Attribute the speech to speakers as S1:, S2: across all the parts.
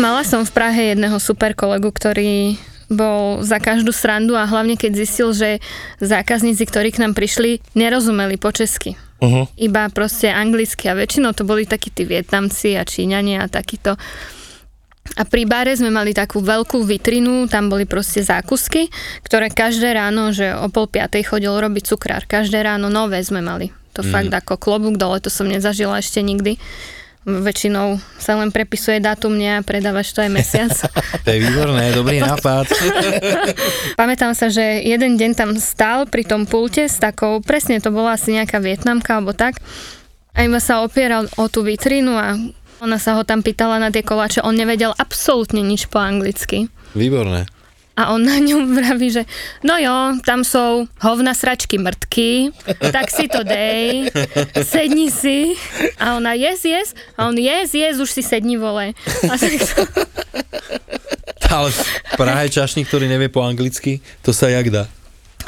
S1: Mala som v Prahe jedného super kolegu, ktorý bol za každú srandu a hlavne keď zistil, že zákazníci, ktorí k nám prišli, nerozumeli po česky.
S2: Uh-huh.
S1: Iba proste anglicky a väčšinou to boli takí tí Vietnamci a Číňania a takýto. A pri bare sme mali takú veľkú vitrinu, tam boli proste zákusky, ktoré každé ráno, že o pol piatej chodil robiť cukrár, každé ráno nové sme mali. To mm. fakt ako klobúk dole, to som nezažila ešte nikdy väčšinou sa len prepisuje dátum dňa a predávaš to aj mesiac.
S3: To je výborné, dobrý nápad.
S1: Pamätám sa, že jeden deň tam stál pri tom pulte s takou, presne to bola asi nejaká vietnamka alebo tak, a iba sa opieral o tú vitrínu a ona sa ho tam pýtala na tie koláče, on nevedel absolútne nič po anglicky.
S3: Výborné.
S1: A on na ňom vraví, že no jo, tam sú hovna sračky mrtky, tak si to dej, sedni si. A ona yes, yes. A on yes, yes, už si sedni vole. A tak to,
S3: Ale v Prahe čašník, ktorý nevie po anglicky, to sa jak dá.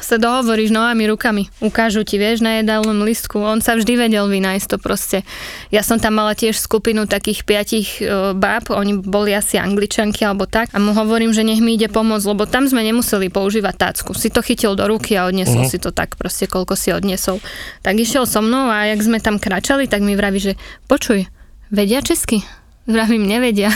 S1: sa dohovoríš nohami rukami. Ukážu ti, vieš, na jedálnom listku. On sa vždy vedel vynájsť to proste. Ja som tam mala tiež skupinu takých piatich e, báb, oni boli asi angličanky alebo tak. A mu hovorím, že nech mi ide pomôcť, lebo tam sme nemuseli používať tácku. Si to chytil do ruky a odnesol si to tak proste, koľko si odnesol. Tak išiel so mnou a jak sme tam kračali, tak mi vraví, že počuj, vedia česky? Vravím, nevedia.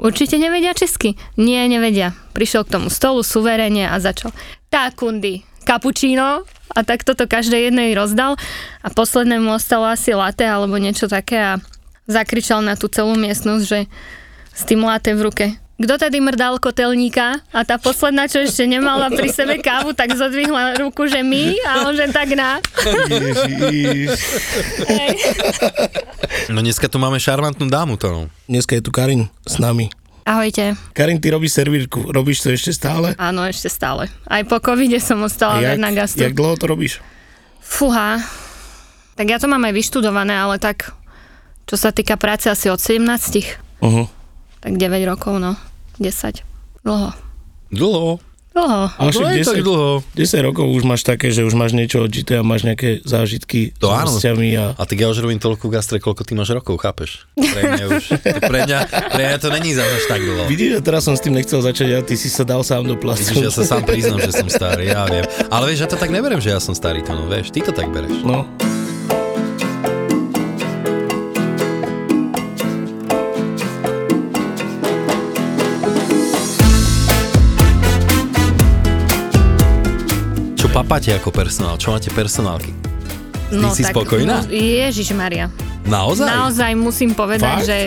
S1: Určite nevedia česky. Nie, nevedia. Prišiel k tomu stolu suverene a začal. Tá kundy, kapučíno. A tak toto každej jednej rozdal. A poslednému ostalo asi latte alebo niečo také a zakričal na tú celú miestnosť, že s tým latte v ruke. Kto tady mrdal kotelníka? A tá posledná, čo ešte nemala pri sebe kávu, tak zodvihla ruku, že my, a on, že tak na. Hej.
S3: No dneska tu máme šarmantnú dámu, to. no.
S4: Dneska je tu Karin s nami.
S1: Ahojte.
S4: Karin, ty robíš servírku, robíš to ešte stále?
S1: Áno, ešte stále. Aj po covide som ostala
S4: jak,
S1: jak, na gastro.
S4: jak dlho to robíš?
S1: Fúha. Tak ja to mám aj vyštudované, ale tak, čo sa týka práce, asi od 17,
S4: Uh-huh.
S1: tak 9 rokov, no. 10. Dlho.
S3: Dlho.
S1: Dlho.
S4: Ale
S3: No je tak dlho.
S4: 10 rokov už máš také, že už máš niečo odžité a máš nejaké zážitky
S3: To áno.
S4: s hostiami a
S3: A tak ja už robím toľko v gastre, koľko ty máš rokov, chápeš? Pre mňa už. To pre mňa, pre mňa to není za až tak dlho.
S4: Vidíš, že teraz som s tým nechcel začať a ty si sa dal sám do plastu.
S3: Vidíš, ja sa sám priznám, že som starý, ja viem. Ale vieš, ja to tak neberem, že ja som starý, to no, vieš, ty to tak bereš.
S4: No,
S3: Čo papáte ako personál? Čo máte personálky? Ty si spokojná?
S1: No, Ježiš Maria.
S3: Naozaj?
S1: Naozaj musím povedať,
S4: Fakt?
S1: že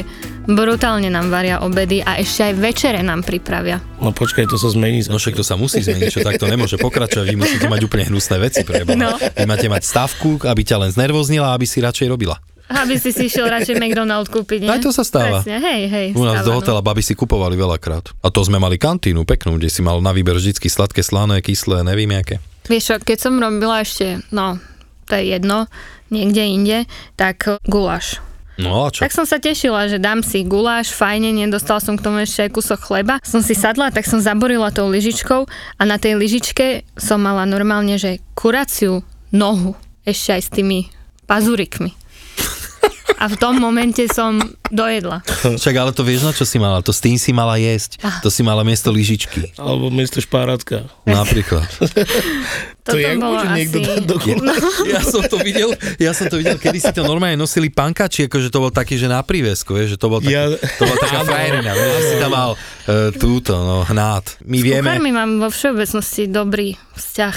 S1: brutálne nám varia obedy a ešte aj večere nám pripravia.
S4: no počkaj, to sa zmení.
S3: No však to sa musí zmeniť, čo takto nemôže pokračovať. Vy musíte mať úplne hnusné veci pre Boha.
S1: No.
S3: Vy máte mať stavku, aby ťa len znervoznila, aby si radšej robila.
S1: Aby si si išiel radšej McDonald kúpiť, nie?
S3: Aj to sa stáva.
S1: Presne, hej, hej.
S3: U nás
S1: stáva,
S3: do
S1: no.
S3: hotela baby si kupovali veľakrát. A to sme mali kantínu peknú, kde si mal na výber vždycky sladké, slané, kyslé, neviem aké.
S1: Vieš čo, keď som robila ešte, no, to je jedno, niekde inde, tak guláš.
S3: No a čo?
S1: Tak som sa tešila, že dám si guláš, fajne, nedostal som k tomu ešte aj kúsok chleba. Som si sadla, tak som zaborila tou lyžičkou a na tej lyžičke som mala normálne, že kuraciu nohu, ešte aj s tými pazurikmi. A v tom momente som dojedla.
S3: Však ale to vieš, na čo si mala? To s tým si mala jesť.
S1: Ah.
S3: To si mala miesto lyžičky.
S4: Alebo miesto špáratka.
S3: Napríklad.
S1: Toto
S4: jak
S1: bolo
S4: môže niekto
S1: asi...
S4: dať do kúla?
S3: Ja som to videl, ja som to videl, kedy si to normálne nosili pankači, akože to bol taký, že na prívesku, vieš, že to bol taký,
S4: Ja-
S3: to bola taká frajerina, vieš, že si tam mal e, túto, no, hnát. My vieme,
S1: Kuchármi mám vo všeobecnosti dobrý vzťah.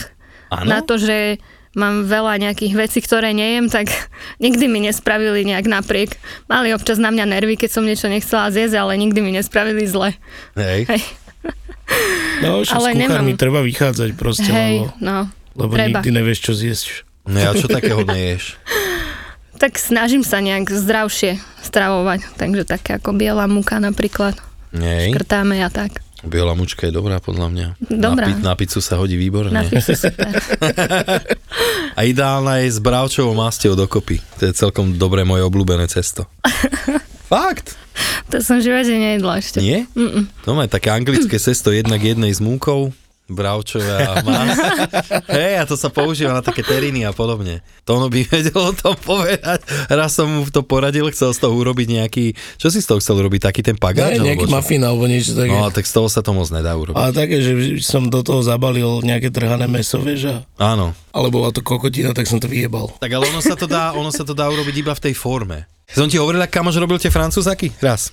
S1: Na
S3: Áno?
S1: to, že mám veľa nejakých vecí, ktoré nejem, tak nikdy mi nespravili nejak napriek. Mali občas na mňa nervy, keď som niečo nechcela zjesť, ale nikdy mi nespravili zle.
S3: hej,
S1: Hej,
S4: No, však
S1: Ale
S4: s kuchármi
S1: nemám.
S4: treba vychádzať proste,
S1: hej
S4: lebo,
S1: no.
S4: lebo
S1: treba.
S4: nikdy nevieš, čo zjesť.
S3: no ja čo takého neješ?
S1: Tak snažím sa nejak zdravšie stravovať, takže také ako biela múka napríklad,
S3: Hej.
S1: krtáme a tak.
S3: Biela mučka je dobrá podľa mňa.
S1: Dobrá.
S3: Na, pi- na pizzu sa hodí výborne.
S1: Na pizzu super.
S3: A ideálna je s bravčovou masteou dokopy. To je celkom dobré moje obľúbené cesto. Fakt?
S1: To som v živote nejedla ešte.
S3: Nie?
S1: Mm-mm.
S3: No má také anglické cesto jednak jednej s múkou, bravčové a más. Hej, a to sa používa na také teriny a podobne. To ono by vedelo to povedať. Raz som mu to poradil, chcel z toho urobiť nejaký... Čo si z toho chcel urobiť? Taký ten pagáč? alebo
S4: Ne, nejaký
S3: čo?
S4: mafín alebo niečo také.
S3: No, tak z toho sa to moc nedá urobiť.
S4: Ale také, že som do toho zabalil nejaké trhané meso, vieš, a,
S3: Áno.
S4: ale bola to kokotina, tak som to vyjebal.
S3: Tak ale ono sa to dá, ono sa to dá urobiť iba v tej forme. Som ti hovoril, ak kamoš robil tie francúzaky? Raz.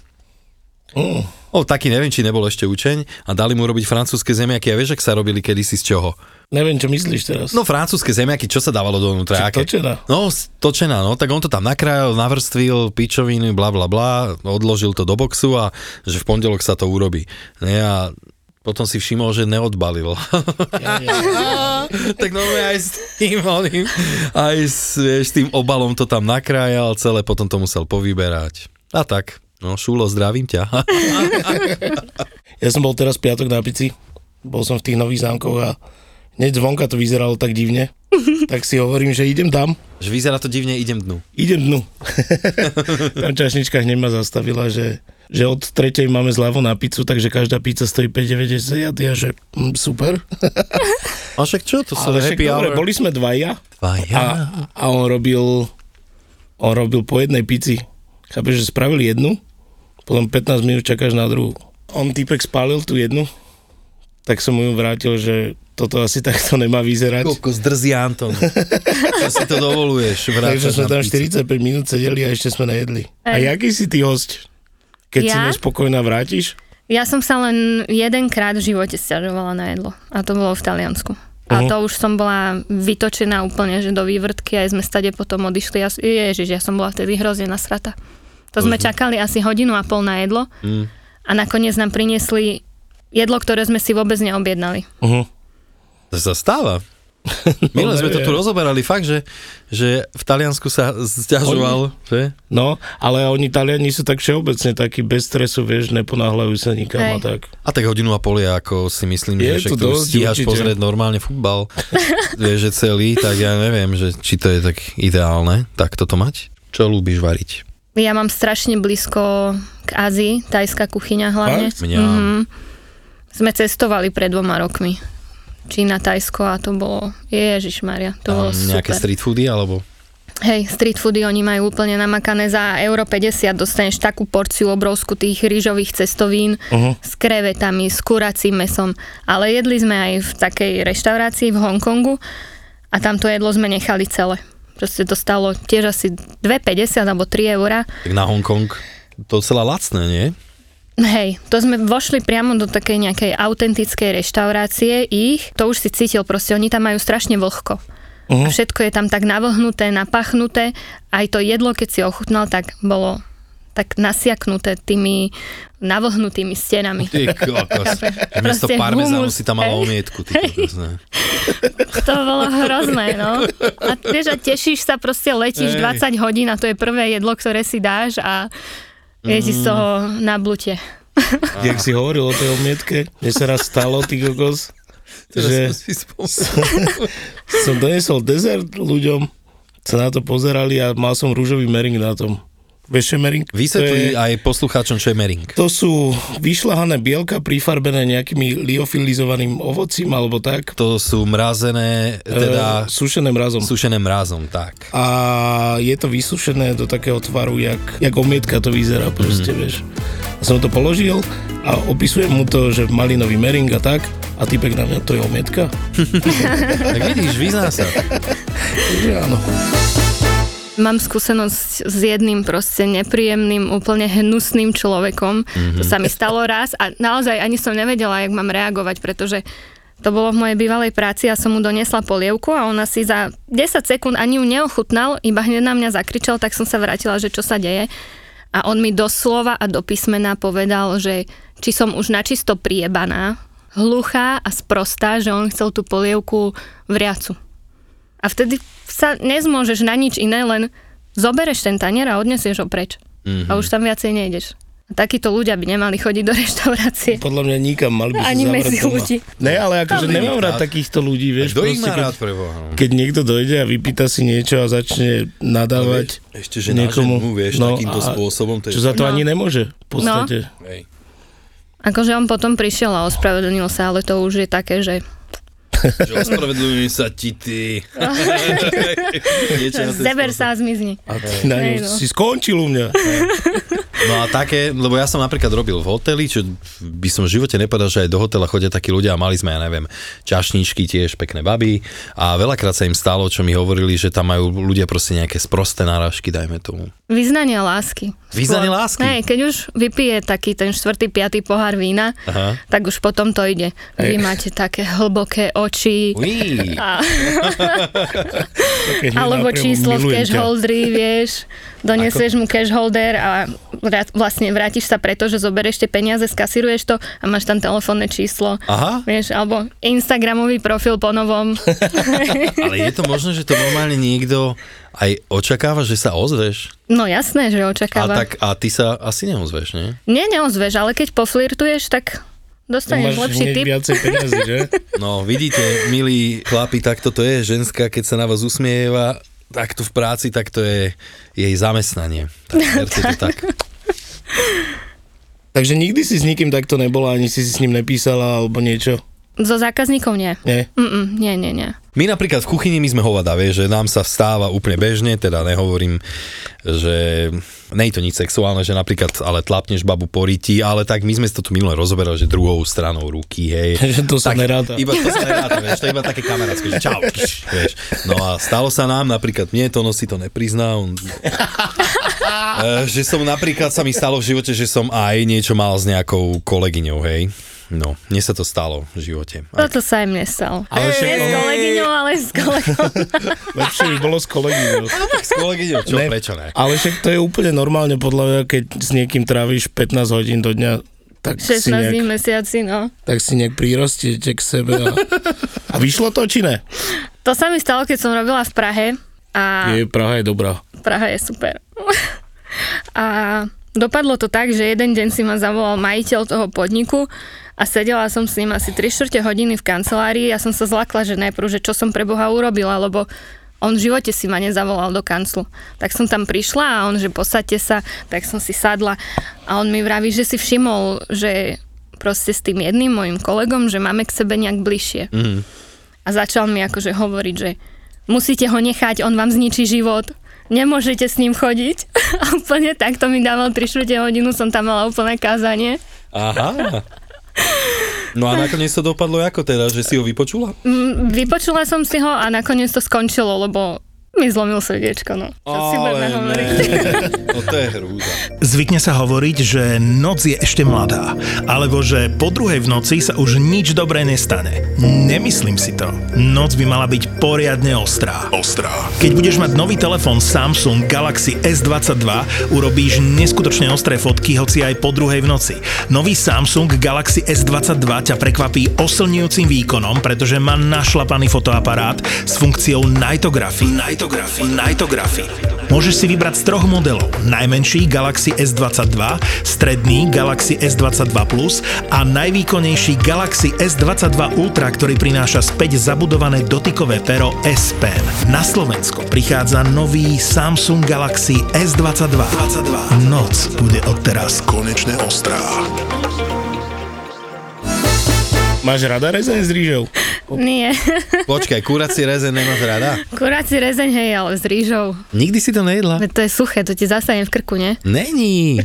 S4: Mm.
S3: O, taký neviem, či nebol ešte učeň a dali mu robiť francúzske zemiaky a vieš, ak sa robili kedysi z čoho?
S4: Neviem, čo myslíš teraz.
S3: No francúzske zemiaky, čo sa dávalo dovnútra?
S4: Či
S3: aké?
S4: točená?
S3: No, s- točená, no, tak on to tam nakrájal, navrstvil, pičoviny, bla bla bla, odložil to do boxu a že v pondelok sa to urobí. Ne, a potom si všimol, že neodbalil. tak no aj s tým oným, aj s, vieš, s tým obalom to tam nakrájal, celé potom to musel povyberať. A tak, no Šúlo, zdravím ťa.
S4: Ja som bol teraz piatok na pici, bol som v tých nových zámkoch a hneď zvonka to vyzeralo tak divne. tak si hovorím, že idem tam,
S3: že vyzerá to divne, idem dnu.
S4: idem dnu. tam čašnička hneď ma zastavila, že, že od tretej máme zľavu na pizzu, takže každá pizza stojí 5,90 a ja, že mm, super.
S3: A však čo, to sú
S4: však
S3: happy hour.
S4: dobre, boli sme dvaja a,
S3: Dvaja.
S4: a on robil on robil po jednej pici. Chápeš, že spravil jednu, potom 15 minút čakáš na druhú. On typek spálil tú jednu, tak som mu ju vrátil, že toto asi takto nemá vyzerať.
S3: Koľko zdrzí Anton. Čo si to dovoluješ?
S4: Takže
S3: vrácať na
S4: sme tam
S3: pizzu?
S4: 45 minút sedeli a ešte sme nejedli. A
S1: Ej.
S4: jaký si ty hosť? Keď si
S1: Ja?
S4: nespokojná vrátiš?
S1: Ja som sa len jedenkrát v živote sťažovala na jedlo. A to bolo v Taliansku. A
S4: Mhm.
S1: to už som bola vytočená úplne, že do vývrtky aj sme stade potom odišli. Ja, s- ježiš, ja som bola vtedy hrozne nasrata. To
S4: Mhm.
S1: sme čakali asi hodinu a pol na jedlo
S3: Mm.
S1: a nakoniec nám priniesli jedlo, ktoré sme si vôbec neobjednali.
S4: Uh-huh.
S3: To sa stáva. Milé sme to tu
S4: No, je.
S3: rozoberali, fakt, že, že v Taliansku sa zťažoval, že?
S4: No, ale oni Taliani sú tak všeobecne takí bez stresu, vieš, neponáhľajú sa nikam
S1: Hej.
S4: a tak.
S3: A tak hodinu a pol je, ako si myslím,
S4: Je
S3: že
S4: to
S3: však tu
S4: dosť,
S3: stíhaš
S4: určite.
S3: pozrieť normálne futbal, vieš, že celý, tak ja neviem, že či to je tak ideálne, tak toto mať. Čo ľúbiš variť?
S1: Ja mám strašne blízko k Ázii, tajská kuchyňa hlavne.
S4: Fakt?
S3: Mňam.
S1: Mhm, Sme cestovali pred dvoma rokmi. Čína, Tajsko a to bolo, Ježiš Maria, to bolo
S3: Tam nejaké
S1: super.
S3: street foody, alebo?
S1: Hej, street foody, oni majú úplne namakané za euro 50, dostaneš takú porciu obrovskú tých rýžových cestovín
S4: Uh-huh.
S1: s krevetami, s kuracím mesom. Ale jedli sme aj v takej reštaurácii v Hongkongu a tam to jedlo sme nechali celé. Proste to stalo tiež asi 2,50 alebo 3 eurá.
S3: Tak na Hongkong to celá lacné, nie?
S1: Hej, to sme vošli priamo do takej nejakej autentickej reštaurácie ich. To už si cítil proste, oni tam majú strašne vlhko. A
S4: Mhm.
S1: všetko je tam tak navlhnuté, napachnuté. Aj to jedlo, keď si ochutnal, tak bolo tak nasiaknuté tými navlhnutými stenami.
S3: Ty kokos. Že Miesto
S1: Proste
S3: parmezánu
S1: humus,
S3: si tam mala
S1: hej.
S3: omietku. Ty kokos, ne?
S1: To bolo hrozné, no. A vieš, a tešíš sa, proste letíš
S3: Hej.
S1: 20 hodín a to je prvé jedlo, ktoré si dáš a je ti z toho na blute.
S4: Jak si hovoril o tej omietke, mne sa raz stalo, ty kokos, že
S3: si spomenul.
S4: som donesol dezert ľuďom, sa na to pozerali a mal som rúžový mering na tom. Vieš, čo je mering?
S3: Vysvetli
S4: To, je,
S3: aj poslucháčom, čo je mering.
S4: to sú vyšľahané bielka prifarbené nejakými liofilizovaným ovocím alebo tak.
S3: To sú mrazené,
S4: e,
S3: teda
S4: sušeným razom.
S3: sušené mrazom, tak.
S4: a je to vysušené do takého tvaru, jak, jak omietka to vyzerá proste, vieš. A som to položil a opisujem mu to, že malinový mering a tak a typek na mňa, to je omietka?
S3: Tak vidíš, vyzná sa.
S4: Takže áno.
S1: Mám skúsenosť s jedným proste nepríjemným, úplne hnusným človekom. Mm-hmm. To sa mi stalo raz a naozaj ani som nevedela, jak mám reagovať, pretože to bolo v mojej bývalej práci a som mu doniesla polievku a ona si za 10 sekúnd ani ju neochutnal, iba hneď na mňa zakričal, tak som sa vrátila, že čo sa deje. A on mi doslova a do písmena povedal, že či som už načisto priebaná, hluchá a sprostá, že on chcel tú polievku vriacu. A vtedy sa
S3: Mhm.
S1: nezmôžeš na nič iné, len zobereš ten tanier a odnesieš ho preč. Mm-hmm. A už tam viacej nejdeš. A Takíto ľudia by nemali chodiť do reštaurácie.
S4: Podľa mňa nikam mali by sa
S1: Ani
S4: zavrieť
S1: medzi
S4: doma.
S1: ľudí.
S4: Ne, ale akože
S3: Tam není
S4: nemám rád
S3: krát.
S4: takýchto ľudí, vieš.
S3: Kto ich
S4: proste,
S3: má
S4: keď,
S3: rád pre Boha? no?
S4: keď niekto dojde a vypýta si niečo a začne nadávať,
S3: No, Vieš, Ešte, že niekomu,
S4: niekomu-
S3: na ženu, vieš,
S4: no
S3: no, takýmto
S4: a-
S3: spôsobom, to je...
S4: čo za
S1: No.
S4: to ani nemôže, v podstate.
S3: Hej.
S1: Akože on potom prišiel a ospravedlnil sa, ale to už je také, že
S3: Že ospravedlňujem sa ti, ty. Niečo na ten
S1: zeber
S3: spôsob.
S1: sa a zmizni.
S4: A ty na
S1: Hej,
S4: ňu
S1: no.
S4: si skončil u mňa.
S3: No a také, lebo ja som napríklad robil v hoteli, čo by som v živote nepovedal, že aj do hotela chodia takí ľudia a mali sme, ja neviem, čašničky tiež, pekné baby a veľakrát sa im stalo, čo mi hovorili, že tam majú ľudia proste nejaké sprosté náražky, dajme tomu.
S1: Vyznanie lásky.
S3: Vyznanie
S1: Skôr.
S3: lásky?
S1: Hej, keď už vypije taký ten štvrtý, piatý pohár vína,
S3: Aha.
S1: tak už potom to ide. Vy máte také hlboké oči,
S3: Uí,
S1: a,
S4: Také
S1: alebo
S4: nenápriamo,
S1: číslo v
S4: milujem
S1: cash
S4: ťa.
S1: holderi, vieš, donesieš mu cash holder a vrát- vlastne vrátiš sa preto, že zoberieš tie peniaze, skasíruješ to a máš tam telefónne číslo.
S3: Aha,
S1: Vieš, alebo Instagramový profil po novom.
S3: ale je to možné, že to normálne niekto aj očakáva, že sa ozveš.
S1: No jasné, že
S3: A,
S1: očakáva.
S3: tak, a ty sa asi neozveš, nie?
S1: Nie, neozveš, ale keď poflirtuješ, tak dostaneš
S4: No, Máš
S1: lepší
S4: hneď
S1: tip.
S4: viacej peniazy, že?
S3: No, vidíte, milí chlapi, tak toto je. Ženská, keď sa na vás usmieva, tak tu v práci, tak to je jej zamestnanie. Tak, berte to tak.
S4: Takže nikdy si s nikým takto nebola, ani si si s ním nepísala, alebo niečo.
S1: So zákazníkov nie.
S4: Nie?
S1: Mm-mm, nie, nie, nie.
S3: My napríklad v kuchyni, my sme hovada, vieš, že nám sa vstáva úplne bežne, teda nehovorím, že nej to nič sexuálne, že napríklad, ale tlapneš babu po ryti, ale tak my sme si to tu minule rozoberali, že druhou stranou ruky, hej.
S4: Že to sa
S3: tak,
S4: neráta.
S3: Iba to sa neráta, vieš, to je iba také kamarátske, že čau, kš, vieš. No a stalo sa nám, napríklad mne to nosí, to neprizná, on... Eh, že som napríklad, sa mi stalo v živote, že som aj niečo mal s nejakou kolegyňou, hej. No, mne sa to stalo v živote. Aj
S1: Toto sa im nestalo.
S4: Ale však
S1: Nie s
S4: to-
S1: kolegyňou, ale s kolegom.
S4: lepšie by bolo s kolegou.
S3: s kolegyňou, čo,
S4: Ne.
S3: prečo ne?
S4: Ale však to je úplne normálne podľa mňa, keď s niekým tráviš 15 hodín do dňa, tak si,
S1: 16 dní
S4: nejak,
S1: mesiaci, no.
S4: tak si nejak prirostiete k sebe. A, a vyšlo to, či ne?
S1: To sa mi stalo, keď som robila v Prahe a
S4: Je, Praha je dobrá.
S1: Praha je super. A dopadlo to tak, že jeden deň si ma zavolal majiteľ toho podniku a sedela som s ním asi 3 čtvrte hodiny v kancelárii. Ja som sa zlakla, že najprv, že čo som pre Boha urobila, lebo on v živote si ma nezavolal do kanclu. Tak som tam prišla a on, že posadte sa, tak som si sadla a on mi vraví, že si všimol, že proste s tým jedným mojim kolegom, že máme k sebe nejak bližšie.
S3: Mhm.
S1: A začal mi akože hovoriť, že musíte ho nechať, on vám zničí život, nemôžete s ním chodiť. A úplne takto mi dával 3 čtvrte hodinu, som tam mala úplné kázanie.
S3: Aha. No a nakoniec to dopadlo ako teda, že si ho vypočula?
S1: Mm, Vypočula som si ho a nakoniec to skončilo, lebo mi zlomil srdiečko, no. Čo si budeme hovoriť?
S3: No to je hrúza.
S2: Zvykne sa hovoriť, že noc je ešte mladá, alebo že po druhej v noci sa už nič dobré nestane. Nemyslím si to. Noc by mala byť poriadne ostrá. Ostrá. Keď budeš mať nový telefón Samsung Galaxy S22, urobíš neskutočne ostré fotky, hoci aj po druhej v noci. Nový Samsung Galaxy S22 ťa prekvapí oslňujúcim výkonom, pretože má našlapaný fotoaparát s funkciou Nightography. Nightography. Nightography. Môžeš si vybrať z troch modelov. Najmenší Galaxy S22, stredný Galaxy S22 Plus a najvýkonnejší Galaxy S22 Ultra, ktorý prináša späť zabudované dotykové pero S Pen. Na Slovensko prichádza nový Samsung Galaxy S22. 22. Noc bude odteraz konečne ostrá.
S4: Máš rada rezeň s rýžou?
S1: Nie.
S3: Počkaj, kurací rezen nemáš rada?
S1: Kuráci rezeň, hej, ale s rýžou.
S3: Nikdy si to nejedla?
S1: Veď To je suché, to ti zasane v krku, nie?
S3: Není.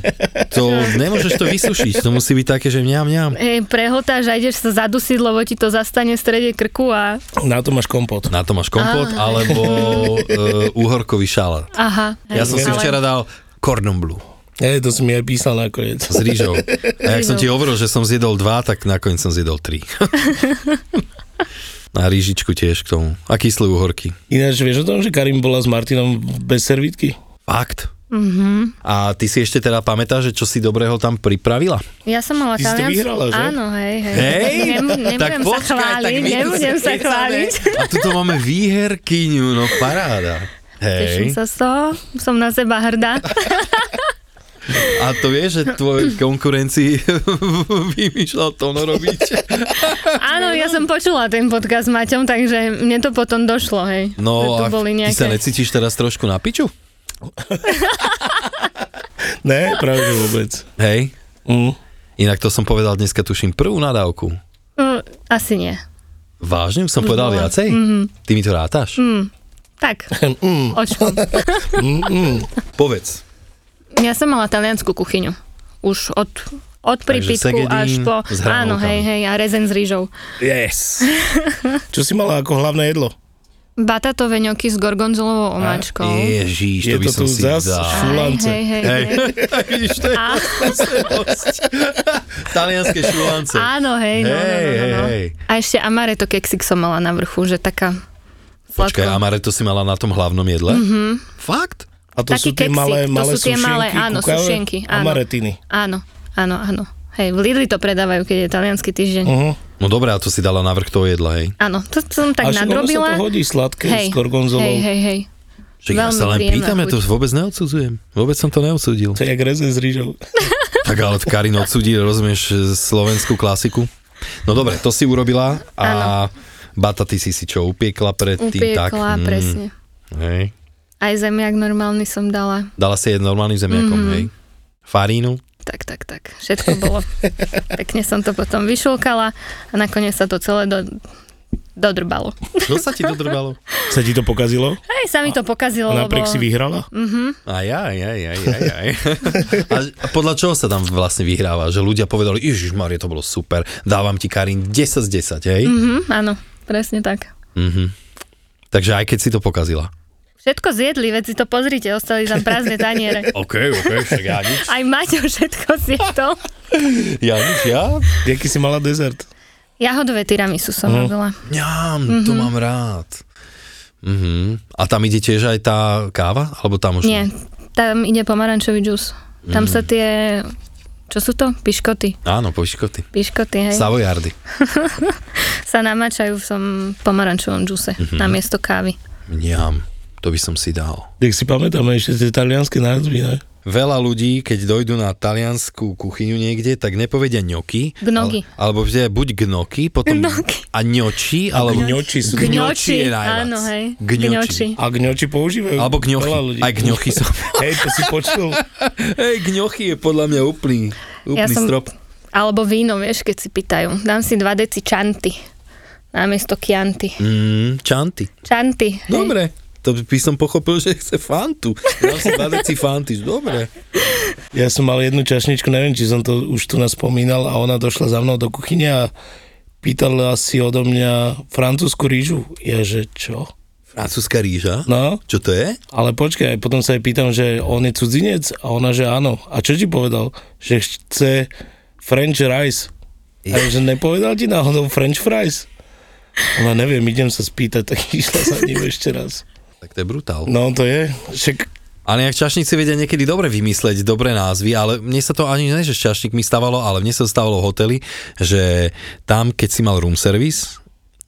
S3: To nemôžeš to vysušiť. To musí byť také, že mňam, mňam.
S1: Hej, prehltáš a ideš sa zadusiť, lebo ti to zastane v strede krku a...
S4: Na to máš kompot.
S3: Na to máš kompot alebo uh, úhorkový šalát.
S1: Aha.
S3: Ja som si
S1: ale-
S3: včera dal cordon bleu
S4: Je, to si mi aj písal nakoniec.
S3: s rýžou. A jak som ti hovoril, že som zjedol dva, tak nakoniec som zjedol tri. Na rýžičku tiež k tomu. A kyslé uhorky.
S4: Ináč vieš o tom, že Karim bola s Martinom bez servítky?
S3: Fakt. Mm-hmm. A ty si ešte teda pamätáš, že čo si dobrého tam pripravila?
S1: Ja som mala
S4: Ty si to
S1: taliansku-
S4: vyhrala, že?
S1: Áno, hej, hej.
S3: Hej, No
S1: Nem, nebudem sa chváliť,
S3: my tu
S1: nebudem sa
S3: sme
S1: chváliť.
S3: A tu máme výherkyňu, no paráda.
S1: Teším
S3: Hej.
S1: sa z toho, som na seba hrdá.
S3: A to vieš, že tvoj konkurencii vymýšľal to ono robiť.
S1: Áno, ja som počula ten podcast s Maťom, takže mne to potom došlo, hej. Že
S3: No
S1: tu
S3: a
S1: boli
S3: ty
S1: nejaké...
S3: sa necítiš teraz trošku na piču?
S4: Ne, práve že vôbec.
S3: Hej?
S4: Mm.
S3: Inak to som povedal dneska, tuším, prvú nadávku.
S1: Mm, asi nie.
S3: Vážne? Som povedal
S1: bola.
S3: viacej? Mm-hmm. Ty mi to rátaš? Mm.
S1: Mhm. Tak, očkom.
S3: Povedz.
S1: Ja som mala taliansku kuchyňu. Už od, od prípitku
S3: segedín
S1: až po...
S3: s hranolkami.
S1: Áno, hej, hej, a rezen s rýžou.
S4: Yes. Čo si mala ako hlavné jedlo?
S1: Batatové ňoky s gorgonzolovou omáčkou.
S3: Ježíš, to
S4: Je
S3: by
S4: to
S3: som
S4: tu
S3: si
S4: zas
S3: dal.
S4: šulance.
S1: Hej, hej, hej.
S3: Hej, vidíš, to je
S1: A,
S3: skúsenosť. Talianské šulance.
S1: áno, hej, no, no, no, no,
S3: Hej,
S1: no.
S3: hej.
S1: A ešte amaretto keksik som mala na vrchu, že taká...
S3: Počkaj,
S1: sladko- Mhm.
S3: Amare, to si mala na tom hlavnom jedle? Mm-hmm. Fakt?
S4: A to
S1: Taký
S4: sú tie
S1: keksík,
S4: malé,
S1: to
S4: malé
S1: sú tie malé, áno,
S4: kukáve
S1: sušenky,
S4: a
S1: áno.
S4: maretiny.
S1: Áno, áno, áno. Hej, v Lidli to predávajú, keď je talianský týždeň.
S4: Uh-huh.
S3: No dobré, a to si dala navrh toho jedla, hej.
S1: Áno, to som tak
S4: však ono sa to
S1: nadrobila.
S4: hodí sladké
S1: Hej,
S4: s gorgonzolou.
S1: hej, hej, hej.
S3: Čiže ja
S1: Veľmi
S3: sa len
S1: príjemná
S3: pýtam, ja to
S1: chuť.
S3: vôbec neodsudzujem. Vôbec som to neodsudil.
S4: To je jak rezen s rýžou.
S3: Tak ale Karin odsudí, rozumieš, slovenskú klasiku. No dobre, to si urobila a bataty si si čo, upiekla predtým? tak? mm,
S1: Upiekla,
S4: mm.
S1: presne.
S3: Hej.
S1: Aj zemiak normálny som dala.
S3: Dala si jej normálnym zemiakom,
S1: Mhm.
S3: mm-hmm. hej. Farínu.
S1: Tak, tak, tak. Všetko bolo. Pekne som to potom vyšulkala a nakoniec sa to celé do, dodrbalo.
S3: Čo No sa ti dodrbalo?
S4: Sa ti to pokazilo?
S1: Aj sa mi to pokazilo,
S4: A
S1: lebo...
S4: napriek si vyhrala?
S3: Aj, aj, aj, aj, aj, aj. A, a podľa čoho sa tam vlastne vyhráva? Že ľudia povedali, Ježiš Marie, to bolo super, dávam ti Karin 10 z 10, hej? Mm.
S1: Mhm, áno, presne tak.
S3: Mm-hmm. Takže aj keď si to pokazila.
S1: Všetko zjedli, veď si to pozrite, ostali tam prázdne taniere.
S3: OK, OK, však ja nič.
S1: Aj Maťo všetko zjedol.
S3: Ja nič, ja?
S4: Jaký si mala dezert?
S1: Jahodové tiramisu som robila.
S3: Ňam, to mám rád. Mhm. A tam ide tiež aj tá káva? Alebo tam už...
S1: Nie, tam ide pomarančový džus. Tam sa tie, čo sú to? Piškoty.
S3: Áno, poškoty.
S1: Piškoty, hej. Sa,
S3: Savojardy.
S1: sa namačajú v tom pomarančovom džuse namiesto kávy.
S3: Ňam, to by som si dal.
S4: Nech si pamätáme ešte tie talianské názvy, ne?
S3: Veľa ľudí, keď dojdú na taliansku kuchyňu niekde, tak nepovedia ňoky.
S1: Gnoky.
S3: Ale, alebo vždy buď gnoky, potom
S1: Gnoky.
S3: a ňoči, alebo
S4: Gňoči sú...
S3: Gňoči je najviac.
S1: áno, hej.
S3: Gňoči.
S4: A gňoči používajú?
S3: Alebo gňochy.
S4: Veľa ľudí.
S3: Aj gňochy sú.
S4: Hej, to si počul.
S3: Hej, gňochy je podľa mňa úplný, úplný
S1: Ja som-
S3: strop.
S1: Alebo víno, vieš, keď si pýtajú. Dám si 2 deci čanty namiesto kianty.
S3: Mm, čanty.
S1: Čanty. hej.
S3: Dobre. To by som pochopil, že chce fantu. Dám si dva deci fanty. Dobre.
S4: Ja som mal jednu čašničku, neviem, či som to už tu nás spomínal, a ona došla za mnou do kuchyne a pýtala si odo mňa francúzsku rýžu. Ja, že čo?
S3: Francúzska ríža.
S4: No,
S3: Čo to je?
S4: ale počkaj, potom sa jej pýtam, že on je cudzinec a ona, že áno. A čo ti povedal? Že chce French rice. A ja, že nepovedal ti náhodou French fries? Ona neviem, idem sa spýtať, tak išla za ním ešte raz.
S3: Tak to je brutál.
S4: No to je, však
S3: Ale nejak čašníci vedia niekedy dobre vymysleť dobré názvy, ale mne sa to ani ne, že s čašníkmi stávalo, ale mne sa stávalo v hoteli, že tam, keď si mal room service,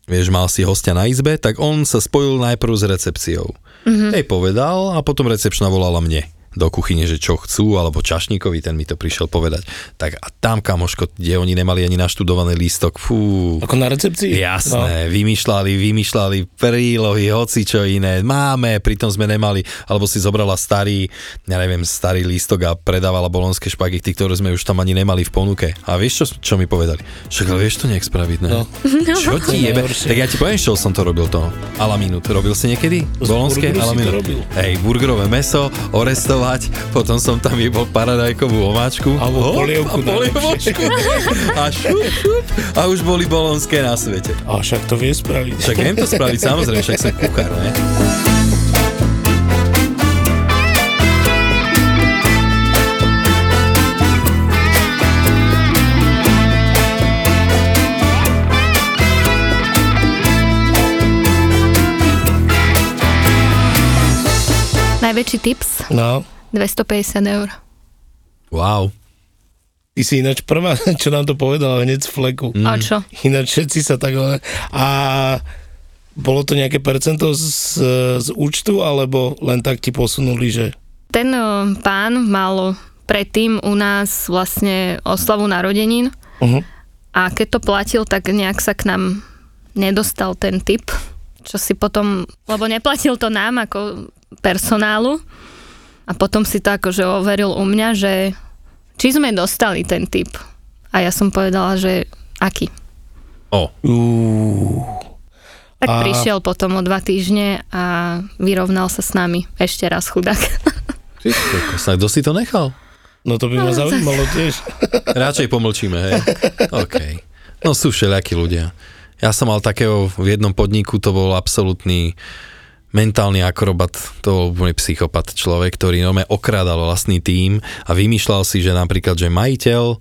S3: vieš, mal si hostia na izbe, tak on sa spojil najprv s recepciou. Mm-hmm. Tej povedal a potom recepčná volala mne do kuchyne, že čo chcú, alebo čašníkovi, ten mi to prišiel povedať. Tak a tam, kamoško, kde oni nemali ani naštudovaný lístok, fú.
S4: ako na recepcii.
S3: Jasné, no. vymýšľali, vymýšľali prílohy, hoci čo iné. Máme, pritom sme nemali. Alebo si zobrala starý, ja neviem, starý lístok a predávala bolonské špagety, ktoré sme už tam ani nemali v ponuke. A vieš, čo, čo mi povedali? Však ale vieš to nejak spraviť, ne? No.
S4: No.
S3: Čo ti jebe? Tak ja ti poviem, čo som to robil to. Alaminut. Robil si niekedy?
S4: Z
S3: Bolonské?
S4: burgeru si to robil.
S3: Hej, burgerové meso, orestovať, potom som tam jebol paradajkovú omáčku.
S4: Alebo
S3: Hop,
S4: polievku
S3: A polievočku. A šup, šup. A už boli bolonské na svete.
S4: A však to vie spraviť.
S3: Však viem to spraviť, samozrejme, však som kuchár, ne?
S1: Najväčší tips,
S4: No,
S1: 250 eur.
S3: Wow.
S4: ty si ináč prvá, čo nám to povedala hneď z
S3: Mhm.
S4: fleku.
S1: A čo?
S4: Ináč všetci sa tak... A bolo to nejaké percento z, z účtu, alebo len tak ti posunuli, že...
S1: Ten o, e, pán mal predtým u nás vlastne oslavu narodenín
S4: Uh-huh.
S1: a keď to platil, tak nejak sa k nám nedostal ten typ, čo si potom, lebo neplatil to nám ako personálu a potom si to akože overil u mňa, že či sme dostali ten typ. A ja som povedala, že aký.
S3: O,
S1: Tak
S4: A-
S1: a... prišiel potom o dva týždne a vyrovnal sa s nami ešte raz chudák.
S3: kokos, a kto si to nechal?
S4: No to by ma zaujímalo tiež.
S3: Radšej pomlčíme, hej. OK. No sú všelijakí ľudia. Ja som mal takého v jednom podniku, to bol absolútny mentálny akrobat, to bol úplne psychopat človek, ktorý nome okrádal vlastný tím a vymýšľal si, že napríklad, že majiteľ,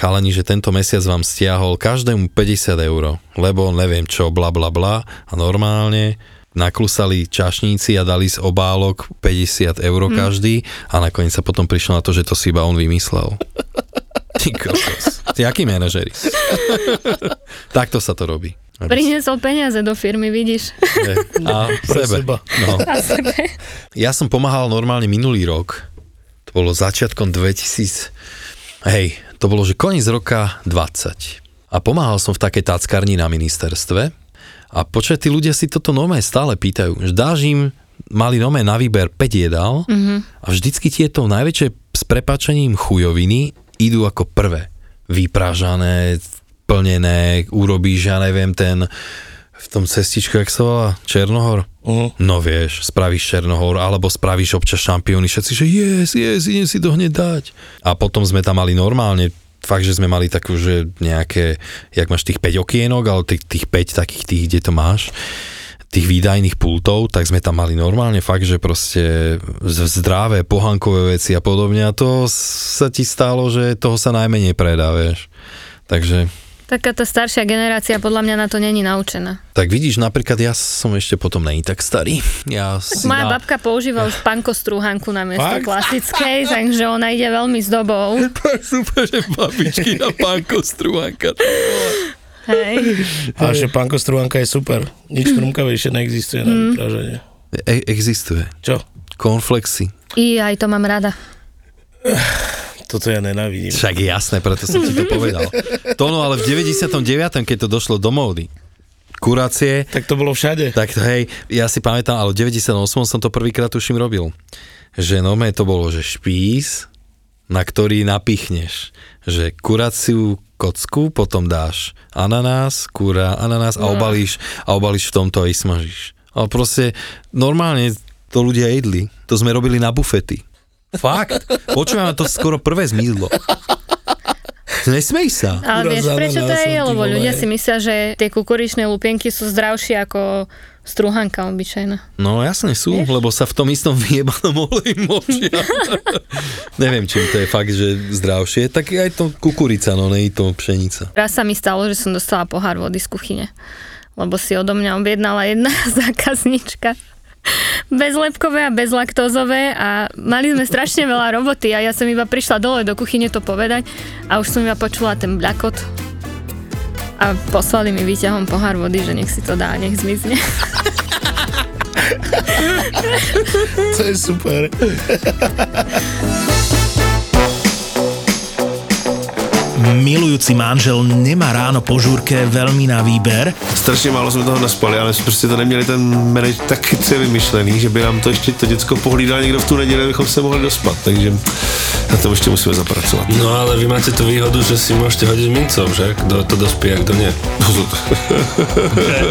S3: chalani, že tento mesiac vám stiahol každému 50 eur, lebo neviem čo, bla bla bla a normálne naklusali čašníci a dali z obálok 50 eur každý a nakoniec sa potom prišlo na to, že to si iba on vymyslel. Ty kokos. Ty aký manažeri? Takto sa to robí.
S1: Priniesol peniaze do firmy, vidíš.
S3: A
S4: Pre
S3: sebe.
S4: seba.
S3: No. Ja som pomáhal normálne minulý rok. To bolo začiatkom 2000. Hej, to bolo, že koniec roka 20. A pomáhal som v takej táckarni na ministerstve. A počkaj, tí ľudia si toto nome stále pýtajú. Že dáš im, mali nome na výber 5 jedál mm-hmm. a vždycky tieto najväčšie s prepačením chujoviny idú ako prvé. Vyprážané, plnené, urobíš, ja neviem, ten v tom cestičku, jak sa volá, Černohor.
S4: Uh-huh.
S3: No vieš, spravíš Černohor, alebo spravíš občas šampióny, všetci, že yes, yes, idem si to hneď dať. A potom sme tam mali normálne, fakt, že sme mali takú, že nejaké, jak máš tých 5 okienok, ale tých, tých 5 takých tých, kde to máš, tých výdajných pultov, tak sme tam mali normálne fakt, že proste z- zdravé, pohankové veci a podobne a to sa ti stalo, že toho sa najmenej predá, vieš. Takže
S1: Taká tá staršia generácia podľa mňa na to není naučená.
S3: tak vidíš, napríklad ja som ešte potom není tak starý. Ja si
S1: Moja
S3: na-
S1: babka používa už pankostrúhanku na miesto
S4: Fakt?
S1: klasickej, takže ona ide veľmi s dobou.
S3: Super, že babičky na pánko strúhanka.
S1: Hej.
S4: A že pánko Struhanka je super. Nič krumkavejšie neexistuje na vyprážanie.
S3: E- existuje.
S4: Čo?
S3: Konflexy.
S1: I aj to mám rada.
S4: Toto ja nenávidím.
S3: Však je jasné, preto som ti to povedal. Tono, ale v 99. keď to došlo do módy, kurácie,
S4: Tak to bolo všade.
S3: tak to hej, ja si pamätám, ale v 98. som to prvýkrát tuším robil. Že nome to bolo, že špís, na ktorý napichneš, že kuraciu kocku, potom dáš ananás, kura, ananás a obalíš, a obalíš v tomto a smažíš. Ale proste normálne to ľudia jedli. To sme robili na bufety. Fakt. Počúvam, to skoro prvé zmizlo. Nesmej sa.
S1: Ale
S4: Kurá,
S1: vieš, prečo to
S4: zamenal
S1: je?
S4: som, ty
S1: Lebo
S4: vole.
S1: ľudia si myslia, že tie kukuričné lupienky sú zdravšie ako strúhanka obyčajná.
S3: No jasne sú, Vieš? lebo sa v tom istom vyjebanom oleji močia. Neviem, čím to je fakt, že zdravšie. Tak aj to kukurica, no nie to pšenica.
S1: Raz sa mi stalo, že som dostala pohár vody z kuchyne, lebo si odo mňa objednala jedna zákaznička. Bezlepkové a bezlaktózové a mali sme strašne veľa roboty a ja som iba prišla dole do kuchyne to povedať a už som iba počula ten blakot a poslali mi výťahom pohár vody, že nech si to dá, nech zmizne.
S4: To je super.
S2: Milujúci manžel nemá ráno po žúrke veľmi na výber,
S5: Strašně málo jsme toho naspali, ale prostě to neměli ten manage tak chytře vymyšlený, že by nám to ještě to děcko pohlídal někdo v tu neděli, abychom se mohli dospat, takže na tom ještě musíme zapracovat.
S6: No ale vy máte tú výhodu, že si môžete hodiť mincov, že? Kto to dospí a kto nie.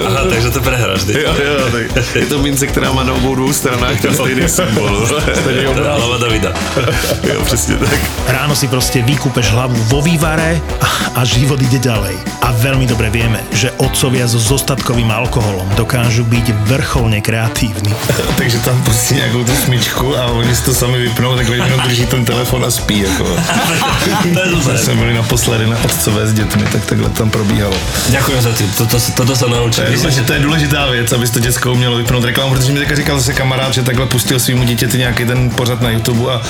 S6: Aha, takže to prehráš, ty.
S5: Jo, jo, tak je to mince, která má na obou dvou stranách ten stejný symbol. Stejný
S6: Teda
S5: obraz.
S6: Hlava Davida.
S5: jo, přesně tak.
S2: ráno si proste vykúpeš hlavu vo vývare a, a život ide ďalej. A veľmi dobre vieme, že otcovia so zostatkovým alkoholom dokážu byť vrcholne kreatívni.
S5: Takže tam pustí nějakou tu smyčku a oni si to sami vypnou, takhle jenom drží ten telefon a spí. Jako.
S6: To je dobré.
S5: jsme byli naposledy na otcové s dětmi, tak takhle tam probíhalo.
S6: Ďakujem za tým, toto, toto sa naučím.
S5: Myslím, že to je důležitá věc, aby to děcko umělo vypnout reklamu, protože mi teďka říkal zase kamarád, že takhle pustil svýmu dítěti nějaký ten pořad na YouTube a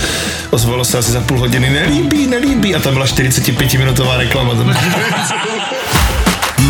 S5: ozvalo se asi za půl hodiny, nelíbí, nelíbí, a tam byla 45-minutová reklama.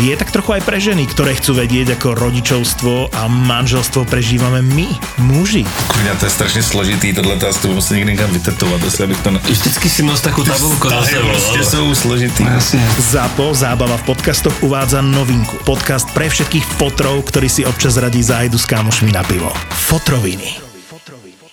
S2: je tak trochu aj pre ženy, ktoré chcú vedieť, ako rodičovstvo a manželstvo prežívame my, muži.
S7: Kurňa, to je strašně složitý, tohle to já si to budu muset někde někam vytetovat, jestli abych to ne...
S6: Vždycky si mal takú tabulku za
S7: Vztahy
S6: sebou.
S7: prostě
S6: ale-
S7: jsou složitý.
S2: ZAPO Zábava v podcastoch uvádza novinku. Podcast pre všetkých fotrov, ktorí si občas radí zájdu s kámošmi na pivo. Fotroviny.